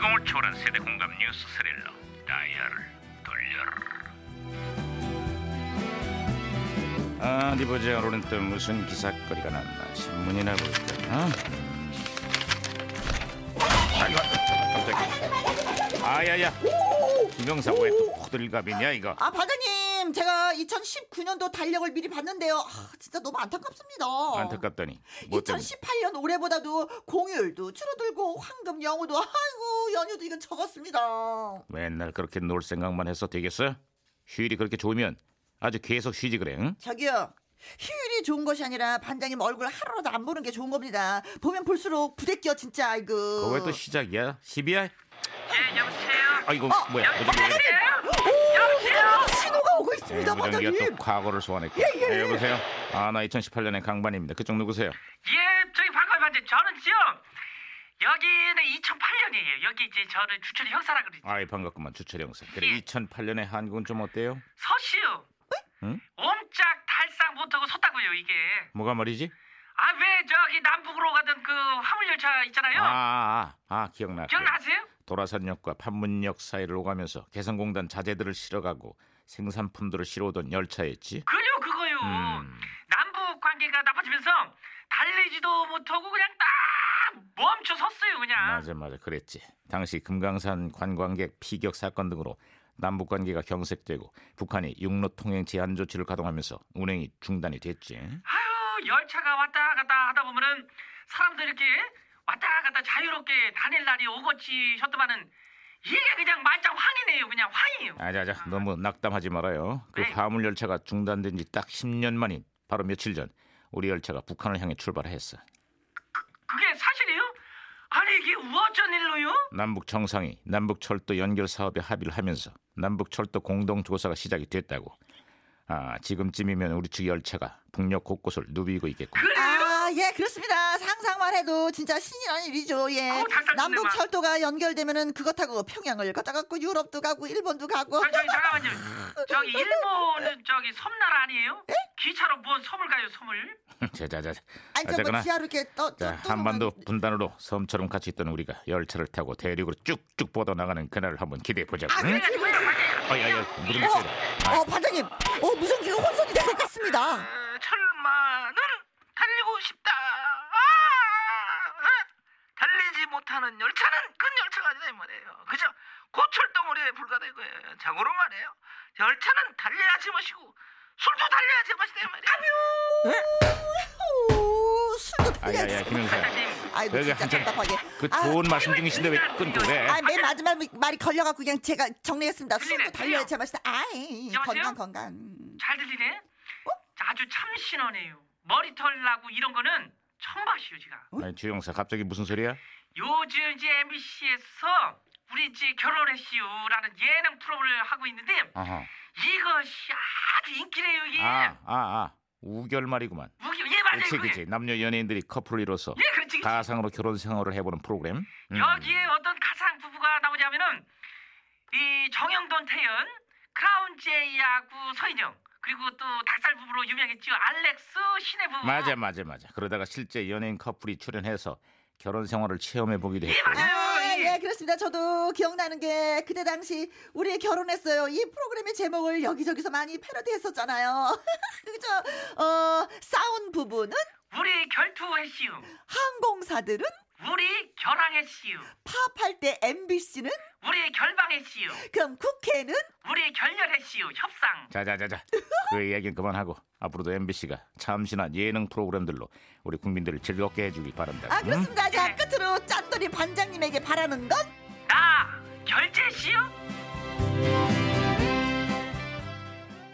감동을 초월한 세대 공감 뉴스 스릴러 다이얼 돌려라 아, 어디 보자 오늘은 또 무슨 기사거리가 났나 신문이나 볼까 어? 아이고 깜짝이야 아야야 김영사 왜 또 호들갑이냐 이거 아 반장님 제가 2019년도 달력을 미리 봤는데요 아, 진짜 너무 안타깝습니다 안타깝더니 뭐 때문에 2018년 올해보다도 공휴일도 줄어들고 황금 연휴도 아이고 연휴도 이건 적었습니다 맨날 그렇게 놀 생각만 해서 되겠어? 휴일이 그렇게 좋으면 아주 계속 쉬지 그래 응? 저기요 휴일이 좋은 것이 아니라 반장님 얼굴 하루라도 안 보는 게 좋은 겁니다 보면 볼수록 부대껴 진짜 아이고 그거 왜 또 시작이야? 시비야? 예, 여보세요. 예? 아이고 어, 뭐야 어디 왜 이래? 오 신호가 오고 있습니다 무전기가 어, 또 반장님 과거를 소환했고 네, 여보세요 아나 2018년의 강반입니다 그쪽 누구세요? 예, 저기 반가워요, 반지. 저는 지금 여기는 2008년이에요. 여기 이제 저를 주철이 형사라 그러지. 아이 반갑구만 주철 형사 그래 예. 2008년의 한국은 좀 어때요? 서시우. 응? 옴짝 달싹 못하고 섰다고요, 이게. 뭐가 말이지? 아, 왜 저기 남북으로 가던 그 화물열차 있잖아요. 아아 아, 아, 기억나 기억나세요? 도라산역과 판문역 사이를 오가면서 개성공단 자재들을 실어가고 생산품들을 실어오던 열차였지 그요, 그거요. 음. 남북 관계가 나빠지면서 달리지도 못하고 그냥 딱 멈춰 섰어요, 그냥. 맞아 맞아 그랬지 당시 금강산 관광객 피격 사건 등으로 남북 관계가 경색되고 북한이 육로 통행 제한 조치를 가동하면서 운행이 중단이 됐지 아유 열차가 왔다 갔다 하다 보면은 사람들 이렇게 왔다 갔다 자유롭게 다닐 날이 오겠지 셨더만은 이게 그냥 말짱 황이네요 그냥 황이에요 아자자 너무 낙담하지 말아요 그 네. 화물 열차가 중단된 지 딱 10년 만인 바로 며칠 전 우리 열차가 북한을 향해 출발했어 그게 사실이에요? 아니 이게 어쩐 일로요? 남북 정상이 남북 철도 연결 사업에 합의를 하면서 남북 철도 공동 조사가 시작이 됐다고 아 지금쯤이면 우리 측 열차가 북녘 곳곳을 누비고 있겠고 그래요? 아 예 그렇습니다 상상만 해도 진짜 신이라는 일이죠 예 어우, 닭살 남북 찢네, 막. 철도가 연결되면은 그것하고 평양을 걷다 갖고 유럽도 가고 일본도 가고 저, 저기 잠깐만요 저기 일본은 저기 섬나라 아니에요? 아, 기차로 뭔 섬을 가요 섬을? 자자자 아니 저뭐 어쨌거나 지하로 이렇게 떠, 어, 자 떠, 떠 한반도 분단으로 섬처럼 같이 있던 우리가 열차를 타고 대륙으로 쭉쭉 뻗어 나가는 그날을 한번 기대해 보자고. 아, 응? 그래? 그래가지고 그냥 반장님, 그냥 아야야 무슨 이거, 소리야? 어 반장님 어 무슨 기가 혼선이 된 것 같습니다 어, 철만을 달리고 싶다 아! 달리지 못하는 열차는 큰 열차가 아니다 이 말이에요. 그죠? 고철덩어리에 불과다 이거예요. 자고로 말해요. 열차는 달려야 제맛이고 술도 달려야 제맛이다 이 말이에요. 오, 어, 술도 아야야 필요하지 김영사 아이고 여기 진짜 한참 답답하게 그 아, 좋은 말씀 중이신데 왜 끊고 그래? 아, 맨 마지막 말이 걸려갖고 그냥 제가 정리했습니다. 술도 틀리네, 달려야 틀려. 제맛이다. 아이, 여보세요? 건강, 건강. 잘 들리네? 아주 참신하네요. 머리털 나고 이런 거는 처음 봤어요 제가. 아니 주영사 갑자기 무슨 소리야? 요즘 이제 MBC에서 우리 이제 결혼했시요라는 예능 프로를 하고 있는데 아하 이것이 아주 인기래요 이게. 아아아 우결말이구만. 무기 예 맞아요. 그치 그게. 그치 남녀 연예인들이 커플을 이뤄서 예 그렇지. 그렇지. 가상으로 결혼 생활을 해보는 프로그램. 음. 여기에 어떤 가상 부부가 나오냐면은 이 정영돈 태연, 크라운 제이하고 서인영 그리고 또 닭살 부부로 유명했죠 알렉스 신의 부부. 맞아 맞아 맞아. 그러다가 실제 연예인 커플이 출연해서 결혼 생활을 체험해 보기도 했고. 아, 예. 예, 그렇습니다. 저도 기억나는 게 그때 당시 우리 결혼했어요. 이 프로그램의 제목을 여기저기서 많이 패러디했었잖아요. 그죠? 어, 싸운 부부는 우리 결투했시요. 항공사들은 우리 결항했시요. 파업할 때 MBC는 우리 결방했시요. 그럼 국회는 우리 결렬했시요. 협상. 자자자자 그 이야기는 그만하고 앞으로도 MBC가 참신한 예능 프로그램들로 우리 국민들을 즐겁게 해주길 바란다. 아 응? 음. 그렇습니다. 자 끝으로 짠돌이 반장님에게 바라는 건 나 결제시요.